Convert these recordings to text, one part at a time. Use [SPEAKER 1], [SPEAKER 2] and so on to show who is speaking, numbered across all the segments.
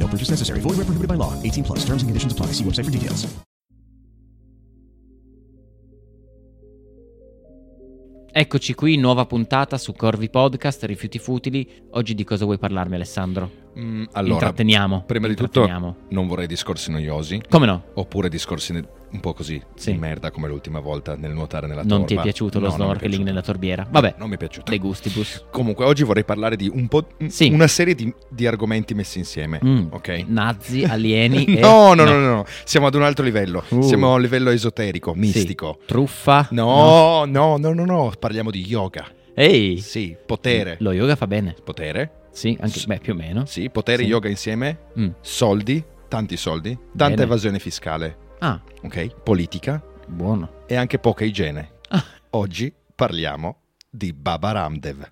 [SPEAKER 1] No purchase necessary. Void where prohibited by law. 18 plus. Terms and conditions apply. See website for details.
[SPEAKER 2] Eccoci qui, nuova puntata su Corvi Podcast, Rifiuti Futili. Oggi di cosa vuoi parlarmi Alessandro?
[SPEAKER 3] Mm, allora,
[SPEAKER 2] Intratteniamo.
[SPEAKER 3] prima di tutto
[SPEAKER 2] Intratteniamo.
[SPEAKER 3] non vorrei discorsi noiosi,
[SPEAKER 2] Come no?
[SPEAKER 3] oppure discorsi ne- un po' così,
[SPEAKER 2] Sì.
[SPEAKER 3] di merda come l'ultima volta nel nuotare nella torba.
[SPEAKER 2] Non ti è piaciuto lo
[SPEAKER 3] No, non mi è
[SPEAKER 2] snorkeling
[SPEAKER 3] piaciuto.
[SPEAKER 2] nella torbiera? Vabbè,
[SPEAKER 3] Non mi è piaciuto.
[SPEAKER 2] dei gustibus.
[SPEAKER 3] Comunque, oggi vorrei parlare di un po' m-
[SPEAKER 2] Sì.
[SPEAKER 3] una serie di, di argomenti messi insieme,
[SPEAKER 2] Mm.
[SPEAKER 3] ok?
[SPEAKER 2] Nazi, alieni e-
[SPEAKER 3] no, no, no, no, no, siamo ad un altro livello,
[SPEAKER 2] Uh.
[SPEAKER 3] siamo a un livello esoterico,
[SPEAKER 2] Sì.
[SPEAKER 3] mistico.
[SPEAKER 2] Truffa?
[SPEAKER 3] No, no, no, no, no, parliamo di yoga.
[SPEAKER 2] Ehi!
[SPEAKER 3] Sì, potere.
[SPEAKER 2] Lo yoga fa bene.
[SPEAKER 3] Potere?
[SPEAKER 2] Sì, anche,
[SPEAKER 3] S-
[SPEAKER 2] beh, più o meno.
[SPEAKER 3] Sì, potere e
[SPEAKER 2] Sì.
[SPEAKER 3] yoga insieme,
[SPEAKER 2] Mm.
[SPEAKER 3] soldi, tanti soldi, tanta
[SPEAKER 2] Bene.
[SPEAKER 3] evasione fiscale,
[SPEAKER 2] Ah,
[SPEAKER 3] ok? Politica
[SPEAKER 2] buono.
[SPEAKER 3] e anche poca igiene.
[SPEAKER 2] Ah.
[SPEAKER 3] Oggi parliamo di Baba Ramdev.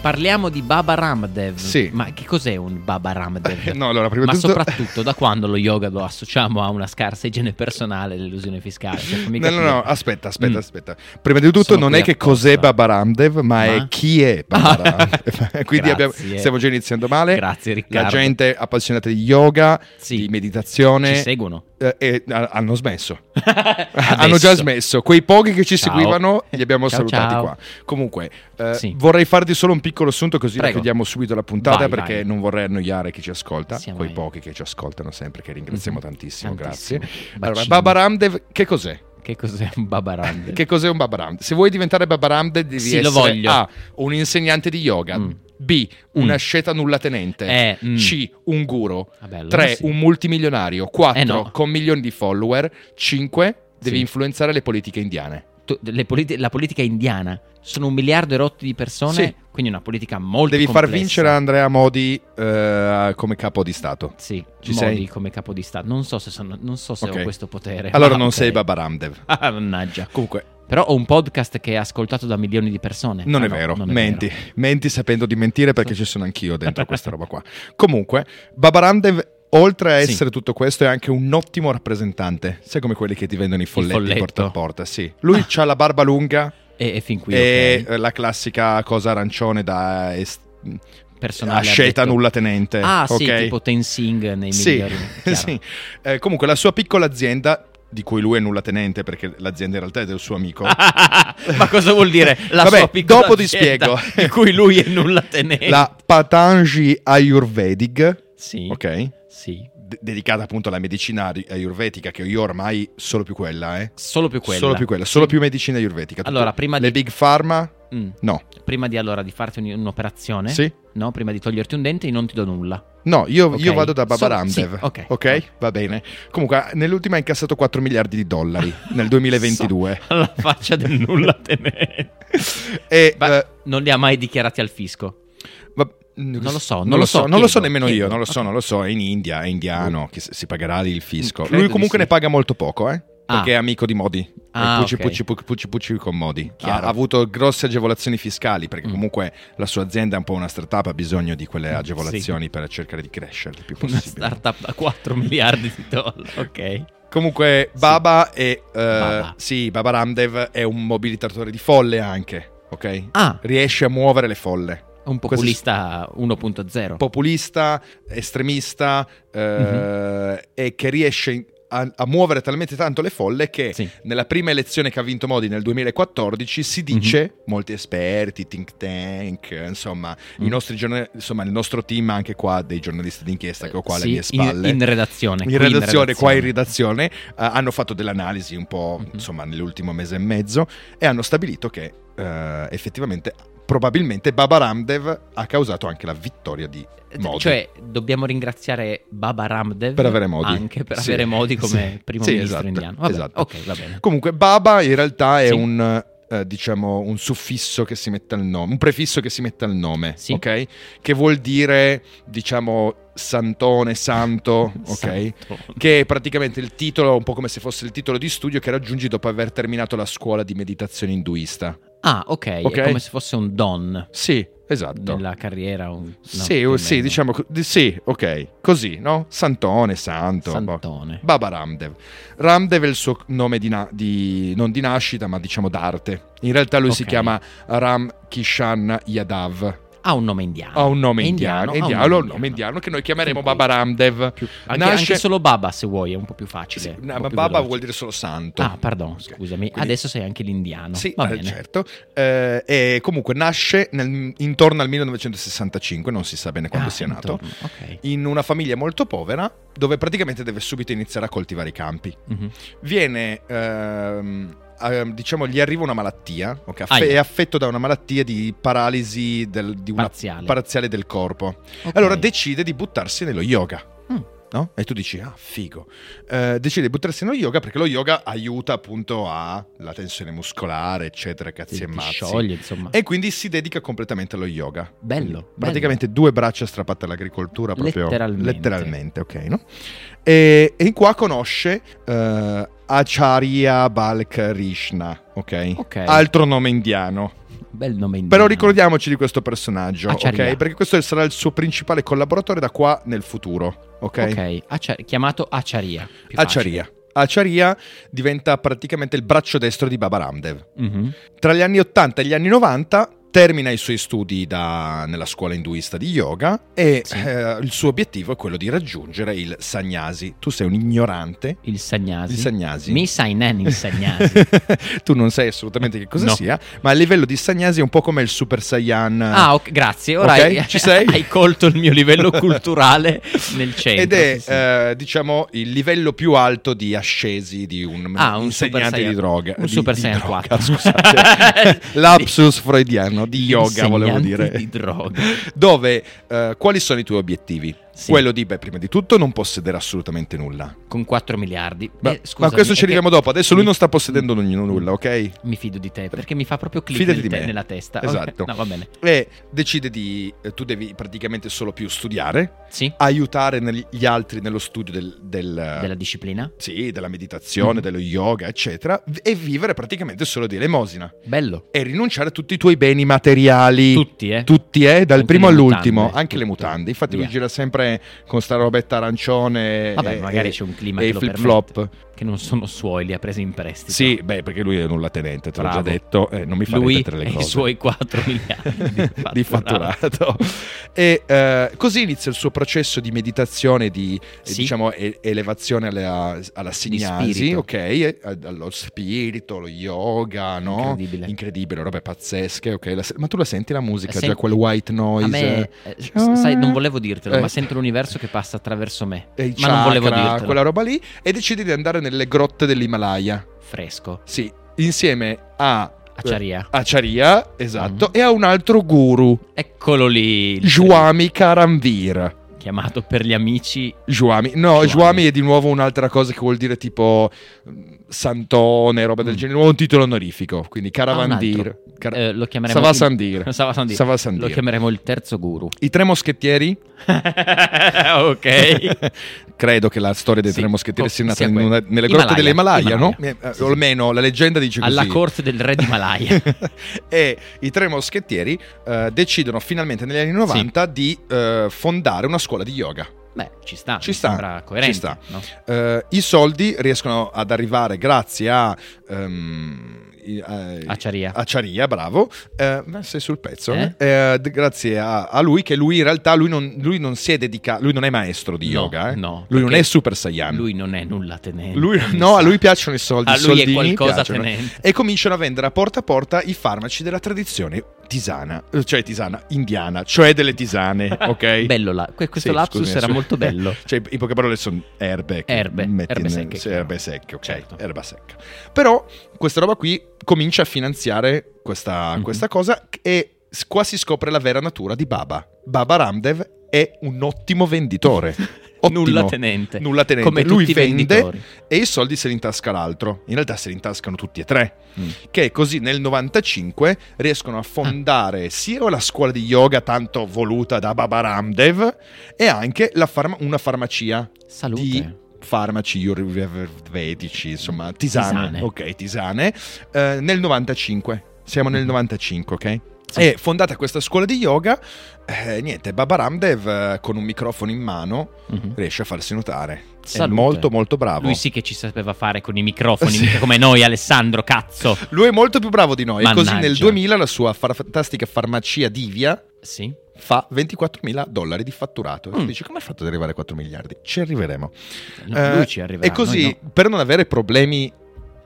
[SPEAKER 2] Parliamo di Baba Ramdev.
[SPEAKER 3] Sì.
[SPEAKER 2] Ma che cos'è un Baba Ramdev?
[SPEAKER 3] No, allora prima
[SPEAKER 2] Ma
[SPEAKER 3] di tutto
[SPEAKER 2] soprattutto da quando lo yoga lo associamo a una scarsa igiene personale e l'illusione fiscale? Cioè, fammi
[SPEAKER 3] No, no,
[SPEAKER 2] capire.
[SPEAKER 3] no, aspetta, aspetta,
[SPEAKER 2] Mm.
[SPEAKER 3] aspetta. Prima di tutto
[SPEAKER 2] Sono
[SPEAKER 3] non
[SPEAKER 2] qui
[SPEAKER 3] è che
[SPEAKER 2] apposta.
[SPEAKER 3] cos'è Baba Ramdev, ma,
[SPEAKER 2] Ma?
[SPEAKER 3] è chi è Baba
[SPEAKER 2] Ah.
[SPEAKER 3] Ramdev. Quindi abbiamo-
[SPEAKER 2] Grazie.
[SPEAKER 3] stiamo già iniziando male.
[SPEAKER 2] Grazie,
[SPEAKER 3] La
[SPEAKER 2] Riccardo.
[SPEAKER 3] gente appassionata di yoga,
[SPEAKER 2] Sì.
[SPEAKER 3] di meditazione,
[SPEAKER 2] Ci seguono.
[SPEAKER 3] eh, e ha- hanno smesso. hanno
[SPEAKER 2] Adesso.
[SPEAKER 3] già smesso. Quei pochi che ci
[SPEAKER 2] Ciao.
[SPEAKER 3] seguivano li abbiamo
[SPEAKER 2] Ciao,
[SPEAKER 3] salutati
[SPEAKER 2] ciao.
[SPEAKER 3] qua. Comunque, eh,
[SPEAKER 2] Sì.
[SPEAKER 3] vorrei farti solo un piccolo assunto così la
[SPEAKER 2] Prego.
[SPEAKER 3] chiudiamo subito la puntata
[SPEAKER 2] Vai,
[SPEAKER 3] perché
[SPEAKER 2] vai.
[SPEAKER 3] non vorrei annoiare chi ci ascolta,
[SPEAKER 2] Siamo
[SPEAKER 3] quei
[SPEAKER 2] in-
[SPEAKER 3] pochi che ci ascoltano sempre, che ringraziamo tantissimo,
[SPEAKER 2] Mhm. Tantissimo.
[SPEAKER 3] grazie.
[SPEAKER 2] Bacini.
[SPEAKER 3] Allora, Baba Ramdev, che cos'è?
[SPEAKER 2] Che cos'è un Baba Ramdev?
[SPEAKER 3] Che cos'è un Baba Ramdev? Se vuoi diventare Baba Ramdev devi
[SPEAKER 2] Eh. Sì, lo
[SPEAKER 3] essere
[SPEAKER 2] voglio.
[SPEAKER 3] A, un insegnante di yoga,
[SPEAKER 2] Mm.
[SPEAKER 3] B, una
[SPEAKER 2] Mm.
[SPEAKER 3] sceta nullatenente,
[SPEAKER 2] Eh, mm.
[SPEAKER 3] C, un guru,
[SPEAKER 2] Vabbè, allora
[SPEAKER 3] 3,
[SPEAKER 2] Ah, eh, sì.
[SPEAKER 3] un multimilionario, 4,
[SPEAKER 2] Eh, no.
[SPEAKER 3] con milioni di follower, 5, devi
[SPEAKER 2] Sì.
[SPEAKER 3] influenzare le politiche indiane.
[SPEAKER 2] Tu- le politi- la politica indiana. Sono un miliardo e rotti di persone,
[SPEAKER 3] Sì.
[SPEAKER 2] quindi una politica molto
[SPEAKER 3] Devi far
[SPEAKER 2] complessa.
[SPEAKER 3] vincere Andrea Modi eh, come capo di Stato.
[SPEAKER 2] Sì,
[SPEAKER 3] Ci
[SPEAKER 2] Modi
[SPEAKER 3] sei?
[SPEAKER 2] come capo di Stato. Non so se, sono- non so se
[SPEAKER 3] Ok.
[SPEAKER 2] ho questo potere.
[SPEAKER 3] Allora
[SPEAKER 2] ma
[SPEAKER 3] non
[SPEAKER 2] ok.
[SPEAKER 3] sei Baba Ramdev.
[SPEAKER 2] Ah, mannaggia.
[SPEAKER 3] Comunque,
[SPEAKER 2] Però ho un podcast che è ascoltato da milioni di persone.
[SPEAKER 3] Non
[SPEAKER 2] Ah,
[SPEAKER 3] è
[SPEAKER 2] no,
[SPEAKER 3] vero,
[SPEAKER 2] non
[SPEAKER 3] menti,
[SPEAKER 2] vero.
[SPEAKER 3] menti sapendo di mentire perché ci sono anch'io dentro questa roba qua. Comunque, Babarandev, oltre a
[SPEAKER 2] Sì.
[SPEAKER 3] essere tutto questo, è anche un ottimo rappresentante. Sai come quelli che ti vendono i folletti
[SPEAKER 2] folletto. Ah.
[SPEAKER 3] porta a porta, sì. Lui ha la barba lunga
[SPEAKER 2] E, e fin qui,
[SPEAKER 3] e
[SPEAKER 2] ok.
[SPEAKER 3] eh, la classica cosa arancione da est-
[SPEAKER 2] Personale
[SPEAKER 3] asceta
[SPEAKER 2] addetto.
[SPEAKER 3] nulla tenente.
[SPEAKER 2] Ah, sì,
[SPEAKER 3] ok?
[SPEAKER 2] tipo Tenzing nei
[SPEAKER 3] Sì,
[SPEAKER 2] migliori. chiaro.
[SPEAKER 3] sì. Eh, comunque la sua piccola azienda, di cui lui è nulla tenente perché l'azienda in realtà è del suo amico,
[SPEAKER 2] Ah, Ma cosa vuol dire? La
[SPEAKER 3] Vabbè,
[SPEAKER 2] sua piccola
[SPEAKER 3] dopo ti
[SPEAKER 2] azienda
[SPEAKER 3] spiego.
[SPEAKER 2] Di cui lui è nulla tenente.
[SPEAKER 3] la Patanji Ayurvedic,
[SPEAKER 2] Sì.
[SPEAKER 3] ok?
[SPEAKER 2] Sì.
[SPEAKER 3] de- dedicata appunto alla medicina ari- ayurvedica, che io ormai solo più quella, eh.
[SPEAKER 2] Solo più quella.
[SPEAKER 3] Solo più quella, solo più medicina ayurvedica. Tutte
[SPEAKER 2] Allora, prima
[SPEAKER 3] le
[SPEAKER 2] di-
[SPEAKER 3] big pharma,
[SPEAKER 2] Mm.
[SPEAKER 3] no.
[SPEAKER 2] Prima di allora di farti un- un'operazione,
[SPEAKER 3] Sì.
[SPEAKER 2] no? Prima di toglierti un dente, io non ti do nulla.
[SPEAKER 3] No, io,
[SPEAKER 2] Ok.
[SPEAKER 3] io vado da Baba
[SPEAKER 2] Solo-
[SPEAKER 3] Ramdev.
[SPEAKER 2] sì, ok.
[SPEAKER 3] va bene. Comunque, nell'ultima ha incassato 4 miliardi di dollari nel 2022.
[SPEAKER 2] So- alla faccia del nulla tenente.
[SPEAKER 3] e
[SPEAKER 2] Ma
[SPEAKER 3] eh,
[SPEAKER 2] non li ha mai dichiarati al fisco.
[SPEAKER 3] va-
[SPEAKER 2] lo so,
[SPEAKER 3] non,
[SPEAKER 2] non
[SPEAKER 3] lo
[SPEAKER 2] lo
[SPEAKER 3] so,
[SPEAKER 2] so,
[SPEAKER 3] non lo
[SPEAKER 2] chiedo,
[SPEAKER 3] so nemmeno io,
[SPEAKER 2] chiedo.
[SPEAKER 3] non lo so,
[SPEAKER 2] Ok.
[SPEAKER 3] non lo so, è in India, è indiano, che si si pagherà lì il fisco.
[SPEAKER 2] Credo
[SPEAKER 3] Lui
[SPEAKER 2] di
[SPEAKER 3] comunque
[SPEAKER 2] sì.
[SPEAKER 3] ne paga molto poco, eh,
[SPEAKER 2] Ah.
[SPEAKER 3] perché è amico di Modi.
[SPEAKER 2] Ah,
[SPEAKER 3] E pucci,
[SPEAKER 2] ok.
[SPEAKER 3] pucci, pucci, pucci, pucci con Modi. Ha,
[SPEAKER 2] Chiaro.
[SPEAKER 3] ha avuto grosse agevolazioni fiscali, perché
[SPEAKER 2] Mm.
[SPEAKER 3] comunque la sua azienda è un po' una startup, ha bisogno di quelle agevolazioni per cercare di crescere il più
[SPEAKER 2] Una
[SPEAKER 3] possibile.
[SPEAKER 2] startup da 4 miliardi di dollari. Ok.
[SPEAKER 3] comunque Baba è... eh,
[SPEAKER 2] Baba.
[SPEAKER 3] Sì, Baba Ramdev è un mobilitatore di folle anche, ok?
[SPEAKER 2] Ah,
[SPEAKER 3] Riesce a muovere le folle.
[SPEAKER 2] È un populista 1.0.
[SPEAKER 3] populista, estremista eh,
[SPEAKER 2] Mhm.
[SPEAKER 3] e che riesce in- a, a muovere talmente tanto le folle che
[SPEAKER 2] Sì.
[SPEAKER 3] nella prima elezione che ha vinto Modi nel 2014 si dice,
[SPEAKER 2] Mhm.
[SPEAKER 3] molti esperti, think tank, eh, insomma, i
[SPEAKER 2] Mm.
[SPEAKER 3] nostri giornali- insomma, il nostro team anche qua dei giornalisti d'inchiesta che ho qua alle
[SPEAKER 2] Sì,
[SPEAKER 3] mie spalle.
[SPEAKER 2] In, in redazione. qui
[SPEAKER 3] in redazione, qua in redazione, eh, hanno fatto dell'analisi un po'
[SPEAKER 2] Mhm.
[SPEAKER 3] insomma nell'ultimo mese e mezzo e hanno stabilito che eh, effettivamente probabilmente Baba Ramdev ha causato anche la vittoria di Modi.
[SPEAKER 2] Cioè, dobbiamo ringraziare Baba Ramdev
[SPEAKER 3] per avere Modi.
[SPEAKER 2] anche per
[SPEAKER 3] Sì.
[SPEAKER 2] avere Modi come
[SPEAKER 3] Sì.
[SPEAKER 2] primo
[SPEAKER 3] Sì,
[SPEAKER 2] ministro
[SPEAKER 3] esatto,
[SPEAKER 2] indiano. Vabbè,
[SPEAKER 3] esatto.
[SPEAKER 2] Ok, va bene.
[SPEAKER 3] Comunque Baba in realtà è
[SPEAKER 2] Sì.
[SPEAKER 3] un eh, diciamo un suffisso che si mette al nome, un prefisso che si mette al nome,
[SPEAKER 2] Sì.
[SPEAKER 3] ok? Che vuol dire diciamo santone, santo, ok?
[SPEAKER 2] Santo.
[SPEAKER 3] che è praticamente il titolo, un po' come se fosse il titolo di studio che raggiungi dopo aver terminato la scuola di meditazione induista.
[SPEAKER 2] Ah, ok,
[SPEAKER 3] Ok.
[SPEAKER 2] è come se fosse un don
[SPEAKER 3] Sì, esatto.
[SPEAKER 2] nella carriera. Un, no,
[SPEAKER 3] sì,
[SPEAKER 2] più o
[SPEAKER 3] sì,
[SPEAKER 2] meno.
[SPEAKER 3] diciamo co- di- sì, ok, così, no? Santone, santo. boh.
[SPEAKER 2] Santone.
[SPEAKER 3] Baba Ramdev. Ramdev è il suo nome di, na- di- non di nascita, ma diciamo d'arte. In realtà lui si
[SPEAKER 2] Ok.
[SPEAKER 3] chiama Ram Kishan Yadav.
[SPEAKER 2] Ha un nome indiano.
[SPEAKER 3] Ha un nome
[SPEAKER 2] Ah, È ha
[SPEAKER 3] indiano,
[SPEAKER 2] un
[SPEAKER 3] indiano, un nome indiano che noi chiameremo Baba Ramdev.
[SPEAKER 2] Più- Anche,
[SPEAKER 3] Nasce-
[SPEAKER 2] anche solo Baba, se vuoi, è un po' più facile.
[SPEAKER 3] Sì,
[SPEAKER 2] un
[SPEAKER 3] no,
[SPEAKER 2] po'
[SPEAKER 3] ma
[SPEAKER 2] più
[SPEAKER 3] Baba
[SPEAKER 2] veloce.
[SPEAKER 3] vuol dire solo santo.
[SPEAKER 2] Ah, pardon,
[SPEAKER 3] Ok.
[SPEAKER 2] scusami.
[SPEAKER 3] Quindi-
[SPEAKER 2] Adesso sei anche l'indiano.
[SPEAKER 3] Sì,
[SPEAKER 2] Va
[SPEAKER 3] eh,
[SPEAKER 2] bene.
[SPEAKER 3] certo. Eh, e comunque nasce nel- intorno al 1965, non si sa bene quando
[SPEAKER 2] Ah,
[SPEAKER 3] sia nato,
[SPEAKER 2] intorno, ok.
[SPEAKER 3] in una famiglia molto povera dove praticamente deve subito iniziare a coltivare i campi.
[SPEAKER 2] Mhm.
[SPEAKER 3] Viene, ehm, a- diciamo, gli arriva una malattia, ok? Aff-
[SPEAKER 2] Aia.
[SPEAKER 3] è affetto da una malattia di paralisi del, di una
[SPEAKER 2] Parziale.
[SPEAKER 3] parziale del corpo.
[SPEAKER 2] Ok.
[SPEAKER 3] Allora decide di buttarsi nello yoga.
[SPEAKER 2] Mm.
[SPEAKER 3] no? E tu dici, ah, figo. Eh, decide di buttarsi nello yoga perché lo yoga aiuta appunto alla tensione muscolare, eccetera,
[SPEAKER 2] Ti-
[SPEAKER 3] cazzi
[SPEAKER 2] ti
[SPEAKER 3] e mazzi.
[SPEAKER 2] scioglie, insomma.
[SPEAKER 3] E quindi si dedica completamente allo yoga.
[SPEAKER 2] Bello,
[SPEAKER 3] Praticamente due braccia strappate all'agricoltura proprio.
[SPEAKER 2] Letteralmente.
[SPEAKER 3] letteralmente, ok, no? E, e in qua conosce eh, Acharya Balkrishna, ok?
[SPEAKER 2] Ok.
[SPEAKER 3] Altro nome indiano.
[SPEAKER 2] Bel nome indiano.
[SPEAKER 3] Però ricordiamoci di questo personaggio,
[SPEAKER 2] Acharya.
[SPEAKER 3] ok? Perché questo sarà il suo principale collaboratore da qua nel futuro, ok?
[SPEAKER 2] Ok, Accia- chiamato Acciaria. più
[SPEAKER 3] Acharya. Acharya diventa praticamente il braccio destro di Baba Ramdev.
[SPEAKER 2] facile. Mhm.
[SPEAKER 3] Tra gli anni 80 e gli anni 90 termina i suoi studi da- nella scuola induista di yoga e
[SPEAKER 2] Sì.
[SPEAKER 3] eh, il suo obiettivo è quello di raggiungere il sannyasi. Tu sei un ignorante.
[SPEAKER 2] Il Sagnasi.
[SPEAKER 3] Il sannyasi.
[SPEAKER 2] Mi sai nen il Sagnasi.
[SPEAKER 3] tu non sai assolutamente che cosa
[SPEAKER 2] No.
[SPEAKER 3] sia, ma a livello di sannyasi è un po' come il super saiyan.
[SPEAKER 2] ah, ok, grazie. Ora
[SPEAKER 3] Ok,
[SPEAKER 2] hai,
[SPEAKER 3] ci sei?
[SPEAKER 2] hai colto il mio livello culturale nel centro.
[SPEAKER 3] Ed è,
[SPEAKER 2] sì, sì.
[SPEAKER 3] eh, diciamo, il livello più alto di ascesi di un
[SPEAKER 2] Ah, un Super
[SPEAKER 3] insegnante
[SPEAKER 2] Saiyan-
[SPEAKER 3] di droga.
[SPEAKER 2] un
[SPEAKER 3] di-
[SPEAKER 2] Super
[SPEAKER 3] di
[SPEAKER 2] Saiyan
[SPEAKER 3] droga,
[SPEAKER 2] 4.
[SPEAKER 3] scusate. Lapsus freudiano, di yoga
[SPEAKER 2] Insegnanti
[SPEAKER 3] volevo dire.
[SPEAKER 2] di droga.
[SPEAKER 3] Dove, eh, quali sono i tuoi obiettivi?
[SPEAKER 2] Sì.
[SPEAKER 3] Quello di, beh, prima di tutto, non possedere assolutamente nulla.
[SPEAKER 2] Con 4 miliardi. Eh,
[SPEAKER 3] Ma, ma
[SPEAKER 2] scusami, Mm.
[SPEAKER 3] questo
[SPEAKER 2] è
[SPEAKER 3] ci
[SPEAKER 2] che
[SPEAKER 3] arriviamo dopo. Adesso lui
[SPEAKER 2] mi-
[SPEAKER 3] non sta possedendo n- nulla, ok?
[SPEAKER 2] Mi fido di te perché mi fa proprio click
[SPEAKER 3] Fidati
[SPEAKER 2] nel
[SPEAKER 3] di
[SPEAKER 2] te-
[SPEAKER 3] me.
[SPEAKER 2] nella testa. Ok,
[SPEAKER 3] Esatto.
[SPEAKER 2] No, va bene.
[SPEAKER 3] E decide di. eh, tu devi praticamente solo più studiare,
[SPEAKER 2] Sì,
[SPEAKER 3] aiutare nel- gli altri nello studio del- del,
[SPEAKER 2] della Mm. disciplina.
[SPEAKER 3] Sì, della meditazione, dello yoga, eccetera, v- e vivere praticamente solo di elemosina
[SPEAKER 2] Bello.
[SPEAKER 3] e rinunciare a tutti i tuoi beni materiali.
[SPEAKER 2] Tutti, eh?
[SPEAKER 3] Tutti, eh, dal
[SPEAKER 2] Anche
[SPEAKER 3] primo
[SPEAKER 2] le
[SPEAKER 3] all'ultimo,
[SPEAKER 2] mutande,
[SPEAKER 3] anche le
[SPEAKER 2] tutto.
[SPEAKER 3] mutande. Infatti, lui
[SPEAKER 2] Via.
[SPEAKER 3] gira sempre con sta robetta arancione.
[SPEAKER 2] Vabbè,
[SPEAKER 3] e-
[SPEAKER 2] magari
[SPEAKER 3] e-
[SPEAKER 2] c'è un clima
[SPEAKER 3] e
[SPEAKER 2] che
[SPEAKER 3] i
[SPEAKER 2] lo
[SPEAKER 3] flip
[SPEAKER 2] permette.
[SPEAKER 3] flop.
[SPEAKER 2] Che non sono suoi, li ha presi in prestito.
[SPEAKER 3] Sì, beh, perché lui è nulla tenente, te l'ho già
[SPEAKER 2] Bravo.
[SPEAKER 3] detto, eh, non mi fa
[SPEAKER 2] Lui
[SPEAKER 3] ripetere le
[SPEAKER 2] e
[SPEAKER 3] cose.
[SPEAKER 2] i suoi 4 miliardi
[SPEAKER 3] di fatturato. E eh, così inizia il suo processo di meditazione, di eh,
[SPEAKER 2] Sì.
[SPEAKER 3] diciamo, e- elevazione alla, alla signasi,
[SPEAKER 2] spirito.
[SPEAKER 3] ok? E- ad- allo spirito, lo yoga, no?
[SPEAKER 2] Incredibile.
[SPEAKER 3] Incredibile, robe pazzesche, ok? La se- ma tu la senti la musica,
[SPEAKER 2] Eh,
[SPEAKER 3] già
[SPEAKER 2] senti-
[SPEAKER 3] quel white noise? Eh.
[SPEAKER 2] A me, eh, s- sai, non volevo dirtelo, ma sento l'universo che passa attraverso me.
[SPEAKER 3] E eh, il
[SPEAKER 2] ma non volevo
[SPEAKER 3] chakra,
[SPEAKER 2] dirtelo.
[SPEAKER 3] quella roba lì, e decide di andare nelle grotte dell'Himalaya.
[SPEAKER 2] Fresco.
[SPEAKER 3] Sì, insieme a
[SPEAKER 2] Acciaria.
[SPEAKER 3] Acharya, esatto, e a un altro guru,
[SPEAKER 2] Eccolo lì. Mhm. il
[SPEAKER 3] Juami Karamvir.
[SPEAKER 2] tre- Chiamato per gli amici.
[SPEAKER 3] Juami. No,
[SPEAKER 2] Juami.
[SPEAKER 3] Juami è di nuovo un'altra cosa che vuol dire tipo mm, santone, roba del
[SPEAKER 2] Mm. Ah,
[SPEAKER 3] genere. Un titolo onorifico, quindi Caravandir.
[SPEAKER 2] altro.
[SPEAKER 3] Car-
[SPEAKER 2] Eh, lo chiameremo
[SPEAKER 3] Savasandir.
[SPEAKER 2] il- Savasandir.
[SPEAKER 3] Savasandir.
[SPEAKER 2] Lo chiameremo il terzo guru.
[SPEAKER 3] I tre moschettieri?
[SPEAKER 2] Ah, ok.
[SPEAKER 3] Credo che la storia dei
[SPEAKER 2] Sì,
[SPEAKER 3] tre moschettieri
[SPEAKER 2] co-
[SPEAKER 3] sia nata
[SPEAKER 2] sia
[SPEAKER 3] in
[SPEAKER 2] quella.
[SPEAKER 3] una- nelle
[SPEAKER 2] Himalaya,
[SPEAKER 3] grotte dell'Himalaya, no?
[SPEAKER 2] Himalaya.
[SPEAKER 3] Eh,
[SPEAKER 2] Sì,
[SPEAKER 3] o
[SPEAKER 2] sì.
[SPEAKER 3] almeno la leggenda dice
[SPEAKER 2] Alla
[SPEAKER 3] così.
[SPEAKER 2] corte del re di Malaya.
[SPEAKER 3] e i tre moschettieri eh, decidono finalmente negli anni 90 di eh, fondare una scuola di yoga.
[SPEAKER 2] Beh, ci sta.
[SPEAKER 3] Ci
[SPEAKER 2] mi
[SPEAKER 3] sta,
[SPEAKER 2] Sembra coerente.
[SPEAKER 3] ci sta.
[SPEAKER 2] no?
[SPEAKER 3] Eh, I soldi riescono ad arrivare grazie a ehm, il- i- ai-
[SPEAKER 2] Acciaria.
[SPEAKER 3] Acciaria, bravo, eh, ma sei sul pezzo.
[SPEAKER 2] Eh?
[SPEAKER 3] eh? Eh, d- grazie a, a lui che lui in realtà lui non, lui non si è dedicato, lui non è maestro di
[SPEAKER 2] No,
[SPEAKER 3] yoga, eh.
[SPEAKER 2] no,
[SPEAKER 3] lui non
[SPEAKER 2] perché
[SPEAKER 3] è super saiyan.
[SPEAKER 2] Lui non è nulla tenente.
[SPEAKER 3] Lui-
[SPEAKER 2] mi
[SPEAKER 3] no, a
[SPEAKER 2] sa.
[SPEAKER 3] lui piacciono i soldi,
[SPEAKER 2] A
[SPEAKER 3] i
[SPEAKER 2] lui è
[SPEAKER 3] soldini
[SPEAKER 2] qualcosa
[SPEAKER 3] piacciono.
[SPEAKER 2] tenente.
[SPEAKER 3] E cominciano a vendere a porta a porta i farmaci della tradizione tisana, eh, cioè tisana indiana, cioè delle tisane, ok?
[SPEAKER 2] Bello la- que- questo
[SPEAKER 3] Sì,
[SPEAKER 2] lapsus
[SPEAKER 3] scusami,
[SPEAKER 2] era
[SPEAKER 3] scusa.
[SPEAKER 2] molto bello.
[SPEAKER 3] cioè, in poche parole sono erbe. che
[SPEAKER 2] Erbe,
[SPEAKER 3] metti
[SPEAKER 2] erbe
[SPEAKER 3] nel-
[SPEAKER 2] secche,
[SPEAKER 3] sì,
[SPEAKER 2] chiaro.
[SPEAKER 3] erbe secche, ok,
[SPEAKER 2] Certo.
[SPEAKER 3] erba secca. Però questa roba qui comincia a finanziare questa,
[SPEAKER 2] Mhm.
[SPEAKER 3] questa cosa e s- qua si scopre la vera natura di Baba. Baba Ramdev è un ottimo venditore. Ottimo.
[SPEAKER 2] Nulla tenente.
[SPEAKER 3] Nulla tenente.
[SPEAKER 2] Come
[SPEAKER 3] Lui
[SPEAKER 2] tutti i
[SPEAKER 3] vende
[SPEAKER 2] venditori.
[SPEAKER 3] e i soldi se li intasca l'altro. In realtà se li intascano tutti e tre.
[SPEAKER 2] Mm.
[SPEAKER 3] Che così nel 95 riescono a fondare sia la scuola di yoga tanto voluta da Baba Ramdev e anche la farma- una farmacia
[SPEAKER 2] Salute.
[SPEAKER 3] di farmaci io- ayurvedici, insomma, tisane,
[SPEAKER 2] Tisane.
[SPEAKER 3] ok, tisane, eh, nel 95. Siamo nel 95, ok?
[SPEAKER 2] Mhm. Sì.
[SPEAKER 3] E fondata questa scuola di yoga, eh, niente, Baba Ramdev eh, con un microfono in mano
[SPEAKER 2] Mhm.
[SPEAKER 3] riesce a farsi notare.
[SPEAKER 2] Salute.
[SPEAKER 3] È molto molto bravo.
[SPEAKER 2] Lui sì che ci sapeva fare con i microfoni,
[SPEAKER 3] Sì.
[SPEAKER 2] mica come noi, Alessandro, cazzo.
[SPEAKER 3] Lui è molto più bravo di noi. E così nel
[SPEAKER 2] Mannaggia.
[SPEAKER 3] 2000 la sua far- fantastica farmacia Divia
[SPEAKER 2] Sì.
[SPEAKER 3] fa 24.000 dollari di fatturato. E tu
[SPEAKER 2] Mm.
[SPEAKER 3] dici, come hai fatto ad arrivare a 4 miliardi? Ci arriveremo.
[SPEAKER 2] No,
[SPEAKER 3] Eh,
[SPEAKER 2] lui ci arriverà.
[SPEAKER 3] E così,
[SPEAKER 2] noi no. Mm.
[SPEAKER 3] per non avere problemi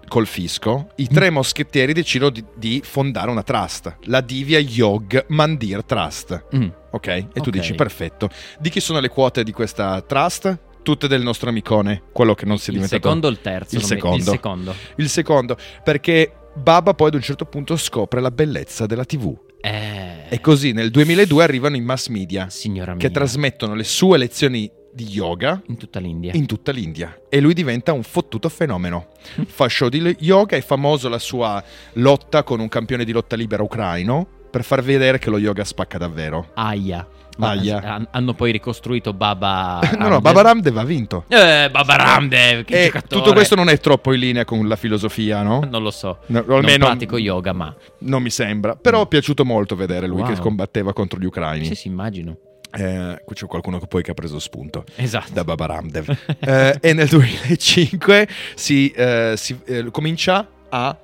[SPEAKER 3] col fisco, i tre moschettieri decidono di, di fondare una trust, la Divya Yog Mandir Trust.
[SPEAKER 2] Mm.
[SPEAKER 3] Ok? E tu
[SPEAKER 2] Ok.
[SPEAKER 3] dici, perfetto. Di chi sono le quote di questa trust? Tutte del nostro amicone, quello che non si è
[SPEAKER 2] Il
[SPEAKER 3] diventato...
[SPEAKER 2] secondo o il terzo?
[SPEAKER 3] Il
[SPEAKER 2] Non mi-
[SPEAKER 3] secondo.
[SPEAKER 2] Il secondo.
[SPEAKER 3] Il secondo, perché Baba poi ad un certo punto scopre la bellezza della TV.
[SPEAKER 2] Eh,
[SPEAKER 3] E così nel 2002 arrivano i mass media
[SPEAKER 2] signora mia.
[SPEAKER 3] che trasmettono le sue lezioni di yoga
[SPEAKER 2] in tutta l'India.
[SPEAKER 3] in tutta l'India e lui diventa un fottuto fenomeno. Fa show di yoga, è famoso la sua lotta con un campione di lotta libera ucraino per far vedere che lo yoga spacca davvero.
[SPEAKER 2] Aia.
[SPEAKER 3] Aia.
[SPEAKER 2] han- hanno poi ricostruito Baba
[SPEAKER 3] No, no,
[SPEAKER 2] Ramdev.
[SPEAKER 3] Baba Ramdev ha vinto.
[SPEAKER 2] Eh, Baba Ramdev, che
[SPEAKER 3] E
[SPEAKER 2] giocatore.
[SPEAKER 3] tutto questo non è troppo in linea con la filosofia, no?
[SPEAKER 2] non lo so.
[SPEAKER 3] No,
[SPEAKER 2] non
[SPEAKER 3] almeno-
[SPEAKER 2] pratico yoga, ma
[SPEAKER 3] Non mi sembra, però è piaciuto molto vedere lui
[SPEAKER 2] Mm. Wow.
[SPEAKER 3] che combatteva contro gli ucraini.
[SPEAKER 2] sì, sì, immagino.
[SPEAKER 3] Eh, qui c'è qualcuno che poi che ha preso spunto
[SPEAKER 2] Esatto.
[SPEAKER 3] da Baba Ramdev. Eh, e nel 2005 si, eh, si, eh, comincia a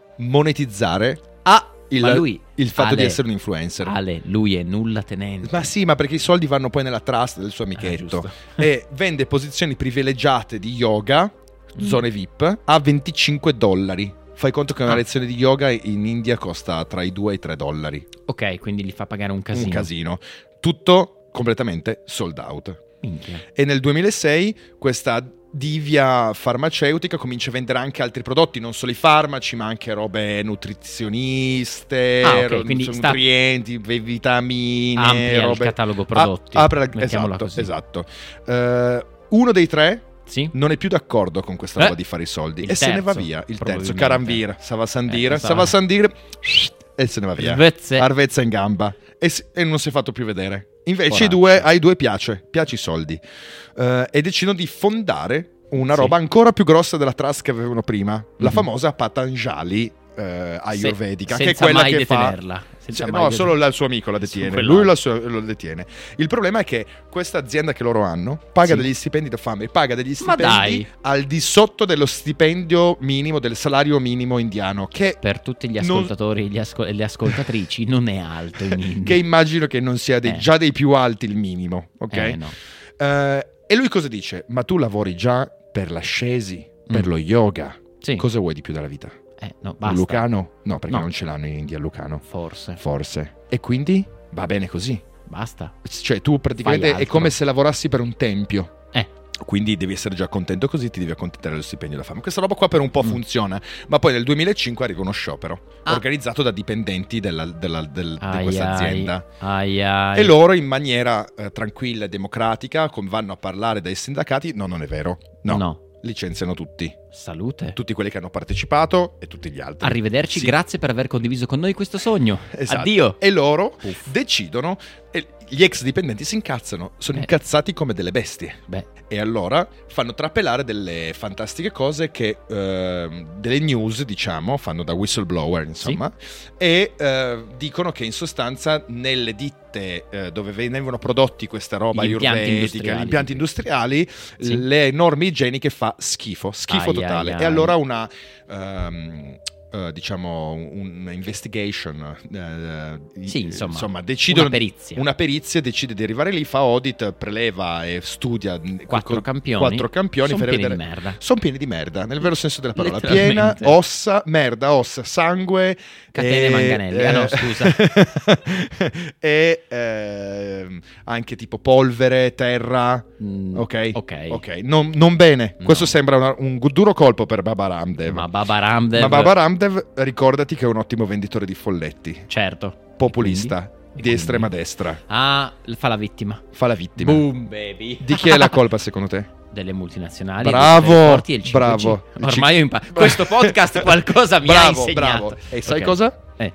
[SPEAKER 3] monetizzare
[SPEAKER 2] Ah, ma
[SPEAKER 3] il,
[SPEAKER 2] lui
[SPEAKER 3] il fatto di
[SPEAKER 2] Ale-
[SPEAKER 3] essere un influencer.
[SPEAKER 2] Ale, lui è nulla tenente.
[SPEAKER 3] Ma sì, ma perché i soldi vanno poi nella trust del suo
[SPEAKER 2] Ah,
[SPEAKER 3] amichetto
[SPEAKER 2] giusto.
[SPEAKER 3] e vende posizioni privilegiate di yoga,
[SPEAKER 2] Mm.
[SPEAKER 3] zone VIP, a 25 dollari. Fai conto che una
[SPEAKER 2] Ah.
[SPEAKER 3] lezione di yoga in India costa tra i 2 e i 3 dollari.
[SPEAKER 2] Ok, quindi gli fa pagare un casino.
[SPEAKER 3] Un casino. Tutto completamente sold out.
[SPEAKER 2] Minchia.
[SPEAKER 3] E nel 2006 questa divia farmaceutica comincia a vendere anche altri prodotti, non solo i farmaci, ma anche robe nutrizioniste,
[SPEAKER 2] Ah, ok,
[SPEAKER 3] ro-
[SPEAKER 2] quindi
[SPEAKER 3] insomma,
[SPEAKER 2] sta-
[SPEAKER 3] nutrienti, ve- vitamine,
[SPEAKER 2] Amplia
[SPEAKER 3] robe-
[SPEAKER 2] il catalogo prodotti.
[SPEAKER 3] Ah, apre la-
[SPEAKER 2] Mettiamola
[SPEAKER 3] Esatto,
[SPEAKER 2] così.
[SPEAKER 3] esatto. Eh, uno dei tre
[SPEAKER 2] Sì?
[SPEAKER 3] non è più d'accordo con questa
[SPEAKER 2] Eh?
[SPEAKER 3] roba di fare i soldi
[SPEAKER 2] Il
[SPEAKER 3] e se ne va
[SPEAKER 2] terzo,
[SPEAKER 3] via. Il terzo,
[SPEAKER 2] probabilmente.
[SPEAKER 3] Karanvir, Savasandir,
[SPEAKER 2] Eh, Sava-
[SPEAKER 3] Savasandir e se ne va via.
[SPEAKER 2] Svezze.
[SPEAKER 3] Arvezza in gamba e, s- e non si è fatto più vedere. Invece
[SPEAKER 2] Coraggio.
[SPEAKER 3] i due, ai due piace, piace i soldi Eh, e decidono di fondare una
[SPEAKER 2] Sì.
[SPEAKER 3] roba ancora più grossa della trust che avevano prima, la
[SPEAKER 2] Mhm.
[SPEAKER 3] famosa Patanjali eh, ayurvedica,
[SPEAKER 2] Se-
[SPEAKER 3] che è
[SPEAKER 2] senza
[SPEAKER 3] quella
[SPEAKER 2] mai
[SPEAKER 3] che fa
[SPEAKER 2] detenerla. Senza
[SPEAKER 3] se-
[SPEAKER 2] mai
[SPEAKER 3] no,
[SPEAKER 2] det-
[SPEAKER 3] solo la- il suo amico la detiene.
[SPEAKER 2] Quell'altro.
[SPEAKER 3] Lui la sua- lo detiene. Il problema è che questa azienda che loro hanno paga
[SPEAKER 2] Sì.
[SPEAKER 3] degli stipendi da fame, paga degli
[SPEAKER 2] Ma
[SPEAKER 3] stipendi
[SPEAKER 2] dai.
[SPEAKER 3] al di sotto dello stipendio minimo, del salario minimo indiano. Che,
[SPEAKER 2] Per tutti gli
[SPEAKER 3] Non-
[SPEAKER 2] ascoltatori e gli asco- e le ascoltatrici non è alto in India.
[SPEAKER 3] che immagino che non sia dei-
[SPEAKER 2] Eh.
[SPEAKER 3] già dei più alti il minimo. Ok?
[SPEAKER 2] Eh, no.
[SPEAKER 3] Eh, e lui cosa dice? Ma tu lavori già per l'ascesi, per
[SPEAKER 2] Mm.
[SPEAKER 3] lo yoga.
[SPEAKER 2] Sì.
[SPEAKER 3] Cosa vuoi di più dalla vita?
[SPEAKER 2] Eh, no,
[SPEAKER 3] Un
[SPEAKER 2] basta.
[SPEAKER 3] Lucano? No, perché
[SPEAKER 2] No.
[SPEAKER 3] non ce l'hanno in India il Lucano.
[SPEAKER 2] Forse.
[SPEAKER 3] Forse. E quindi va bene così.
[SPEAKER 2] Basta.
[SPEAKER 3] Cioè, tu praticamente
[SPEAKER 2] Fai
[SPEAKER 3] è
[SPEAKER 2] altro.
[SPEAKER 3] come se lavorassi per un tempio.
[SPEAKER 2] Eh.
[SPEAKER 3] Quindi devi essere già contento così, ti devi accontentare dello stipendio della fame. Questa roba qua per un
[SPEAKER 2] Mm.
[SPEAKER 3] po' funziona, ma poi nel 2005 arriva uno sciopero
[SPEAKER 2] Ah.
[SPEAKER 3] organizzato da dipendenti della- della- del- di
[SPEAKER 2] Ai, ai,
[SPEAKER 3] questa azienda.
[SPEAKER 2] ai, ai.
[SPEAKER 3] E loro in maniera eh, tranquilla e democratica con- vanno a parlare dai sindacati. No, non è vero. No.
[SPEAKER 2] No.
[SPEAKER 3] Licenziano tutti,
[SPEAKER 2] Salute.
[SPEAKER 3] tutti quelli che hanno partecipato e tutti gli altri.
[SPEAKER 2] Arrivederci,
[SPEAKER 3] Sì.
[SPEAKER 2] grazie per aver condiviso con noi questo sogno.
[SPEAKER 3] Esatto.
[SPEAKER 2] Addio.
[SPEAKER 3] E loro
[SPEAKER 2] Puff.
[SPEAKER 3] decidono, e gli ex dipendenti si incazzano, sono
[SPEAKER 2] Eh.
[SPEAKER 3] incazzati come delle bestie.
[SPEAKER 2] Beh,
[SPEAKER 3] E allora fanno trapelare delle fantastiche cose che, ehm, delle news, diciamo, fanno da whistleblower, insomma, e eh, dicono che in sostanza nelle ditte eh, dove venivano prodotti questa roba
[SPEAKER 2] Gli impianti
[SPEAKER 3] ayurvedica,
[SPEAKER 2] industriali.
[SPEAKER 3] gli impianti industriali,
[SPEAKER 2] Sì.
[SPEAKER 3] le norme igieniche fa schifo, schifo
[SPEAKER 2] Ai,
[SPEAKER 3] totale.
[SPEAKER 2] ai,
[SPEAKER 3] E
[SPEAKER 2] ai.
[SPEAKER 3] allora una... ehm, eh, diciamo, un- un'investigation. eh,
[SPEAKER 2] Sì, insomma,
[SPEAKER 3] decidono
[SPEAKER 2] una perizia.
[SPEAKER 3] una perizia, decide di arrivare lì, fa audit, preleva e studia mh,
[SPEAKER 2] Quattro
[SPEAKER 3] co-
[SPEAKER 2] campioni.
[SPEAKER 3] quattro campioni
[SPEAKER 2] Son
[SPEAKER 3] per
[SPEAKER 2] pieni
[SPEAKER 3] vedere-
[SPEAKER 2] di merda.
[SPEAKER 3] Sono pieni di merda, nel vero senso della parola. Piena,
[SPEAKER 2] Letteralmente.
[SPEAKER 3] ossa, merda, ossa, sangue. eh,
[SPEAKER 2] Catene manganelli. Ah, no, scusa.
[SPEAKER 3] e ehm, anche tipo polvere, terra.
[SPEAKER 2] Mm,
[SPEAKER 3] Ok,
[SPEAKER 2] ok.
[SPEAKER 3] ok, non, non bene.
[SPEAKER 2] No.
[SPEAKER 3] Questo sembra una- un gu- duro colpo per Baba Ramdev.
[SPEAKER 2] Ma Baba Ramdev.
[SPEAKER 3] Ma Baba Ramdev, ricordati che è un ottimo venditore di folletti,
[SPEAKER 2] certo. E
[SPEAKER 3] populista,
[SPEAKER 2] quindi?
[SPEAKER 3] di
[SPEAKER 2] E
[SPEAKER 3] estrema
[SPEAKER 2] quindi?
[SPEAKER 3] destra,
[SPEAKER 2] Ah, fa la vittima.
[SPEAKER 3] fa la vittima.
[SPEAKER 2] Boom, baby.
[SPEAKER 3] Di chi è la colpa secondo te?
[SPEAKER 2] Delle multinazionali. dei
[SPEAKER 3] Bravo,
[SPEAKER 2] trasporti e il 5G.
[SPEAKER 3] bravo. Il
[SPEAKER 2] Ormai ho imparato. Questo podcast qualcosa mi ha
[SPEAKER 3] Bravo,
[SPEAKER 2] insegnato.
[SPEAKER 3] bravo. E sai
[SPEAKER 2] Ok.
[SPEAKER 3] cosa?
[SPEAKER 2] Eh.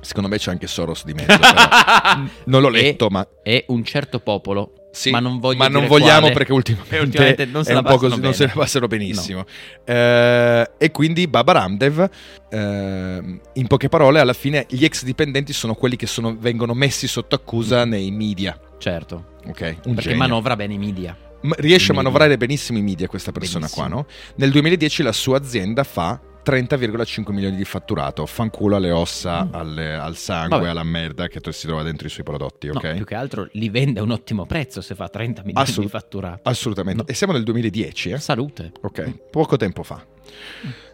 [SPEAKER 3] Secondo me c'è anche Soros di mezzo. però. non l'ho letto,
[SPEAKER 2] E-
[SPEAKER 3] ma
[SPEAKER 2] E un certo popolo.
[SPEAKER 3] Sì,
[SPEAKER 2] ma non voglio
[SPEAKER 3] ma non
[SPEAKER 2] dire
[SPEAKER 3] vogliamo
[SPEAKER 2] quale.
[SPEAKER 3] perché ultimamente,
[SPEAKER 2] E ultimamente non se
[SPEAKER 3] è
[SPEAKER 2] la
[SPEAKER 3] un po'
[SPEAKER 2] passano
[SPEAKER 3] così, non
[SPEAKER 2] bene.
[SPEAKER 3] se la passano benissimo. Eh, e quindi Baba Ramdev, ehm, in poche parole, alla fine gli ex dipendenti sono quelli che sono- vengono messi sotto accusa nei media.
[SPEAKER 2] No, certo.
[SPEAKER 3] Ok, un
[SPEAKER 2] Mm. Perché
[SPEAKER 3] genio.
[SPEAKER 2] manovra bene i media.
[SPEAKER 3] Ma riesce a
[SPEAKER 2] i media.
[SPEAKER 3] manovrare benissimo i media questa persona qua, no? Nel 2010 la sua azienda fa 30,5 milioni di fatturato, fanculo alle ossa, alle- al sangue,
[SPEAKER 2] Mm. Vabbè.
[SPEAKER 3] alla merda che si trova dentro i suoi prodotti, ok?
[SPEAKER 2] No, più che altro li vende a un ottimo prezzo se fa 30 milioni
[SPEAKER 3] Assolut-
[SPEAKER 2] di fatturato.
[SPEAKER 3] Assolutamente.
[SPEAKER 2] No.
[SPEAKER 3] E siamo nel 2010, eh?
[SPEAKER 2] Salute.
[SPEAKER 3] Ok, poco tempo fa.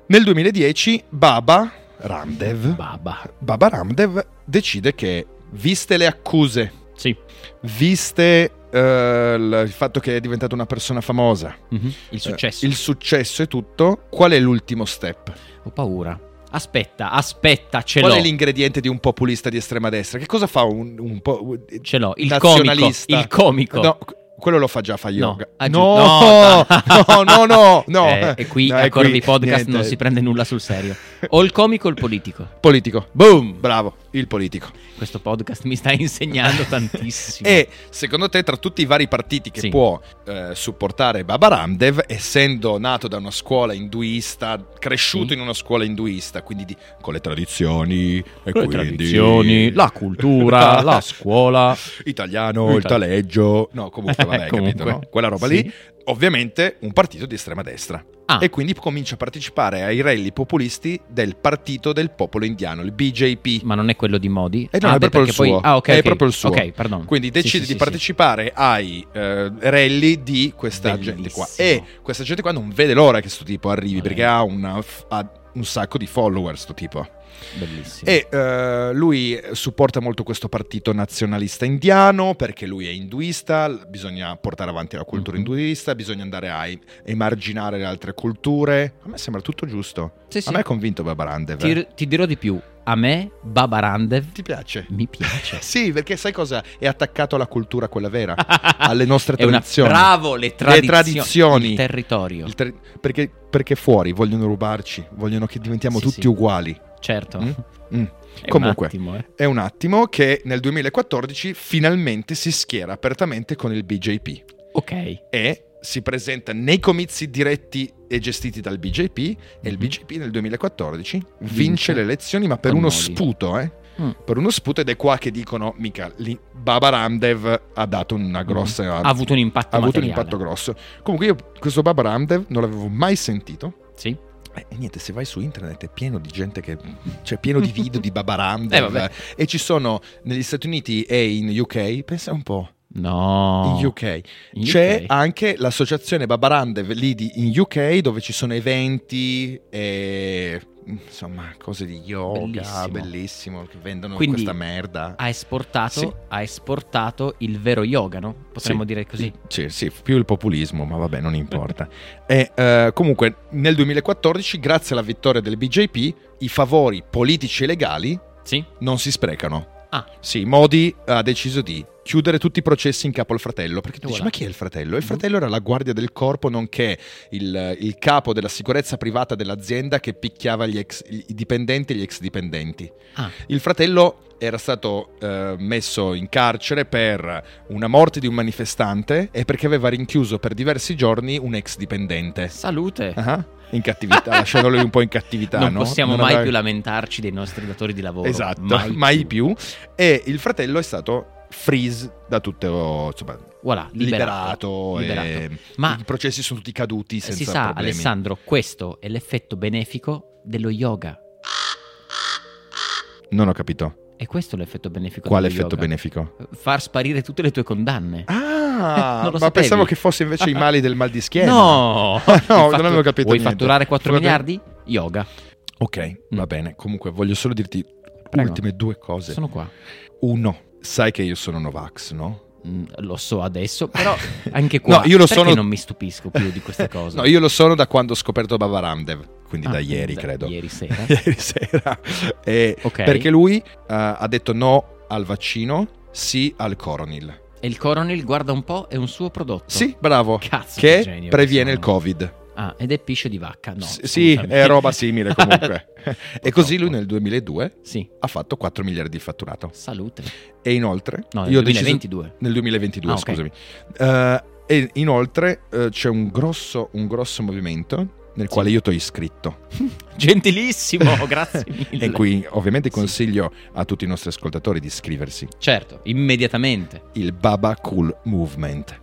[SPEAKER 3] Nel 2010 Baba Ramdev,
[SPEAKER 2] Baba.
[SPEAKER 3] Baba Ramdev decide che, viste le accuse,
[SPEAKER 2] Sì.
[SPEAKER 3] Eh, viste eh, l- il fatto che è diventata una persona famosa,
[SPEAKER 2] Mhm. Il successo.
[SPEAKER 3] eh, il successo e tutto, qual è l'ultimo step?
[SPEAKER 2] Ho paura. Aspetta, aspetta, ce
[SPEAKER 3] qual
[SPEAKER 2] l'ho.
[SPEAKER 3] è l'ingrediente di un populista di estrema destra? Che cosa fa un, un po'
[SPEAKER 2] Ce l'ho, il
[SPEAKER 3] nazionalista?
[SPEAKER 2] comico, il comico.
[SPEAKER 3] No, quello lo fa già, fa yoga.
[SPEAKER 2] ah, giù-
[SPEAKER 3] no, no, no, no, no,
[SPEAKER 2] Eh, e qui
[SPEAKER 3] No,
[SPEAKER 2] a
[SPEAKER 3] è qui,
[SPEAKER 2] Corvi Podcast
[SPEAKER 3] niente.
[SPEAKER 2] non si prende nulla sul serio. O il comico o il politico.
[SPEAKER 3] Politico. Boom! Bravo, il politico.
[SPEAKER 2] Questo podcast mi sta insegnando tantissimo.
[SPEAKER 3] E secondo te, tra tutti i vari partiti che
[SPEAKER 2] Sì.
[SPEAKER 3] può eh, supportare Baba Ramdev, essendo nato da una scuola induista, cresciuto
[SPEAKER 2] Sì.
[SPEAKER 3] in una scuola induista, quindi di- con le tradizioni, e
[SPEAKER 2] le
[SPEAKER 3] quindi-
[SPEAKER 2] tradizioni, la cultura, la scuola.
[SPEAKER 3] italiano, il
[SPEAKER 2] Ita-
[SPEAKER 3] taleggio, no, comunque,
[SPEAKER 2] Eh,
[SPEAKER 3] vabbè, hai capito,
[SPEAKER 2] comunque.
[SPEAKER 3] no? quella roba lì.
[SPEAKER 2] Sì.
[SPEAKER 3] Ovviamente un partito di estrema destra.
[SPEAKER 2] Ah.
[SPEAKER 3] E quindi comincia a partecipare ai rally populisti del Partito del Popolo Indiano, il BJP.
[SPEAKER 2] Ma non è quello di Modi?
[SPEAKER 3] Eh no, è
[SPEAKER 2] vabbè,
[SPEAKER 3] proprio il
[SPEAKER 2] perché poi-
[SPEAKER 3] suo.
[SPEAKER 2] Ah, ok,
[SPEAKER 3] È
[SPEAKER 2] ok.
[SPEAKER 3] proprio il suo.
[SPEAKER 2] Ok, pardon.
[SPEAKER 3] Quindi
[SPEAKER 2] Sì,
[SPEAKER 3] decide
[SPEAKER 2] sì,
[SPEAKER 3] di
[SPEAKER 2] sì,
[SPEAKER 3] partecipare ai eh, rally di questa gente qua. E
[SPEAKER 2] Bellissimo.
[SPEAKER 3] questa gente qua non vede l'ora che sto tipo arrivi
[SPEAKER 2] Ok.
[SPEAKER 3] perché ha, una- ha un sacco di follower sto tipo.
[SPEAKER 2] sì. Bellissimo.
[SPEAKER 3] E eh, lui supporta molto questo partito nazionalista indiano perché lui è induista, l- bisogna portare avanti la cultura
[SPEAKER 2] Mhm.
[SPEAKER 3] induista, bisogna andare a em- emarginare le altre culture. A me sembra tutto giusto.
[SPEAKER 2] Sì, sì.
[SPEAKER 3] A me è convinto Babarandev.
[SPEAKER 2] ti, ti dirò di più. A me Baba Randev
[SPEAKER 3] Ti piace?
[SPEAKER 2] mi piace.
[SPEAKER 3] Sì, perché sai cosa? È attaccato alla cultura, quella vera, alle nostre
[SPEAKER 2] È una-
[SPEAKER 3] tradizioni.
[SPEAKER 2] bravo, le tradizioni,
[SPEAKER 3] tradizioni.
[SPEAKER 2] il territorio.
[SPEAKER 3] Il ter- perché, perché fuori vogliono rubarci, vogliono che diventiamo
[SPEAKER 2] Sì,
[SPEAKER 3] tutti
[SPEAKER 2] sì.
[SPEAKER 3] uguali.
[SPEAKER 2] Certo.
[SPEAKER 3] Mm? Mm.
[SPEAKER 2] È un
[SPEAKER 3] Comunque,
[SPEAKER 2] attimo, eh.
[SPEAKER 3] è un attimo che nel 2014 finalmente si schiera apertamente con il BJP
[SPEAKER 2] Ok.
[SPEAKER 3] e si presenta nei comizi diretti e gestiti dal BJP e il
[SPEAKER 2] Mhm.
[SPEAKER 3] BJP nel 2014 vince,
[SPEAKER 2] Vince
[SPEAKER 3] le elezioni ma per
[SPEAKER 2] con
[SPEAKER 3] uno
[SPEAKER 2] Modi.
[SPEAKER 3] sputo, eh.
[SPEAKER 2] Mm.
[SPEAKER 3] Per uno sputo ed è qua che dicono, mica, lì Baba Ramdev ha dato una grossa...
[SPEAKER 2] ha avuto un impatto
[SPEAKER 3] Mm. ha avuto
[SPEAKER 2] materiale.
[SPEAKER 3] un impatto grosso. Comunque io questo Baba Ramdev non l'avevo mai sentito.
[SPEAKER 2] Sì.
[SPEAKER 3] Eh, E niente, se vai su internet è pieno di gente che. cioè pieno di video di Babaram.
[SPEAKER 2] Eh, vabbè.
[SPEAKER 3] e ci sono negli Stati Uniti e in UK, pensa un po'.
[SPEAKER 2] No.
[SPEAKER 3] In UK
[SPEAKER 2] In
[SPEAKER 3] c'è
[SPEAKER 2] UK.
[SPEAKER 3] anche l'associazione Babarandev lì di- in UK dove ci sono eventi e insomma cose di yoga,
[SPEAKER 2] Bellissimo.
[SPEAKER 3] bellissimo, che vendono
[SPEAKER 2] Quindi
[SPEAKER 3] Mm, questa merda.
[SPEAKER 2] ha esportato,
[SPEAKER 3] Sì.
[SPEAKER 2] ha esportato il vero yoga, no? Potremmo
[SPEAKER 3] Sì.
[SPEAKER 2] dire così.
[SPEAKER 3] Sì, sì, più il populismo, ma vabbè, non importa. e, eh, comunque, nel 2014, grazie alla vittoria del BJP, i favori politici e legali
[SPEAKER 2] Sì.
[SPEAKER 3] non si sprecano.
[SPEAKER 2] Ah.
[SPEAKER 3] Sì, Modi ha deciso di chiudere tutti i processi in capo al fratello, perché tu dici,
[SPEAKER 2] Voilà. Mm.
[SPEAKER 3] ma chi è il fratello? Il fratello era la guardia del corpo, nonché il, il capo della sicurezza privata dell'azienda che picchiava gli ex, i dipendenti e gli ex dipendenti.
[SPEAKER 2] Ah.
[SPEAKER 3] Il fratello era stato eh, messo in carcere per una morte di un manifestante e perché aveva rinchiuso per diversi giorni un ex dipendente.
[SPEAKER 2] Salute.
[SPEAKER 3] Ah, In cattività, lasciandolo un po' in cattività.
[SPEAKER 2] non
[SPEAKER 3] no?
[SPEAKER 2] possiamo
[SPEAKER 3] Non
[SPEAKER 2] mai
[SPEAKER 3] aveva-
[SPEAKER 2] più lamentarci dei nostri datori di lavoro.
[SPEAKER 3] Esatto, mai, più. E il fratello è stato freeze da tutto, insomma,
[SPEAKER 2] Voilà, liberato.
[SPEAKER 3] liberato.
[SPEAKER 2] liberato.
[SPEAKER 3] e
[SPEAKER 2] Ma- Eh,
[SPEAKER 3] i processi sono tutti caduti senza
[SPEAKER 2] si sa,
[SPEAKER 3] problemi.
[SPEAKER 2] Alessandro, questo è l'effetto benefico dello yoga.
[SPEAKER 3] Non ho capito.
[SPEAKER 2] E questo è l'effetto benefico.
[SPEAKER 3] Quale
[SPEAKER 2] dello
[SPEAKER 3] effetto
[SPEAKER 2] yoga.
[SPEAKER 3] benefico?
[SPEAKER 2] Far sparire tutte le tue condanne.
[SPEAKER 3] Ah,
[SPEAKER 2] Non lo
[SPEAKER 3] ma
[SPEAKER 2] sapevi?
[SPEAKER 3] pensavo che fosse invece i mali del mal di schiena.
[SPEAKER 2] No,
[SPEAKER 3] no,
[SPEAKER 2] Hai fatto-
[SPEAKER 3] non avevo capito
[SPEAKER 2] Vuoi
[SPEAKER 3] niente.
[SPEAKER 2] fatturare 4
[SPEAKER 3] Vabbè.
[SPEAKER 2] miliardi? Yoga.
[SPEAKER 3] Ok, va bene. Comunque voglio solo dirti le
[SPEAKER 2] Prego.
[SPEAKER 3] ultime due cose.
[SPEAKER 2] Sono qua.
[SPEAKER 3] Uno, sai che io sono Novax, no?
[SPEAKER 2] Mm, Lo so adesso, però anche qua
[SPEAKER 3] No, io lo
[SPEAKER 2] perché
[SPEAKER 3] sono-
[SPEAKER 2] non mi stupisco più di queste cose.
[SPEAKER 3] No, io lo sono da quando ho scoperto Bavaramdev, quindi
[SPEAKER 2] Ah,
[SPEAKER 3] da ieri,
[SPEAKER 2] da
[SPEAKER 3] credo.
[SPEAKER 2] Ieri sera.
[SPEAKER 3] Ieri sera. E
[SPEAKER 2] Ok.
[SPEAKER 3] Perché lui eh, ha detto no al vaccino, sì al coronil.
[SPEAKER 2] E il Coronel, guarda un po', è un suo prodotto.
[SPEAKER 3] Sì, bravo.
[SPEAKER 2] Oh. Cazzo,
[SPEAKER 3] che
[SPEAKER 2] che genio
[SPEAKER 3] previene
[SPEAKER 2] che
[SPEAKER 3] il
[SPEAKER 2] sono.
[SPEAKER 3] Covid.
[SPEAKER 2] Ah, ed è piscio di vacca. No,
[SPEAKER 3] S- sì,
[SPEAKER 2] scusami.
[SPEAKER 3] è roba simile comunque. e così lui
[SPEAKER 2] Purtroppo.
[SPEAKER 3] nel 2002
[SPEAKER 2] Sì,
[SPEAKER 3] ha fatto 4 miliardi di fatturato.
[SPEAKER 2] salute.
[SPEAKER 3] E inoltre,
[SPEAKER 2] No, nel
[SPEAKER 3] io ho deciso-
[SPEAKER 2] 2022.
[SPEAKER 3] nel 2022,
[SPEAKER 2] Ah, ok.
[SPEAKER 3] scusami. Eh, e inoltre eh, c'è un grosso, un grosso movimento nel quale io ti ho iscritto.
[SPEAKER 2] Gentilissimo, grazie mille.
[SPEAKER 3] E qui ovviamente consiglio a tutti i nostri ascoltatori di iscriversi.
[SPEAKER 2] Certo, immediatamente.
[SPEAKER 3] Il Baba Cool Movement.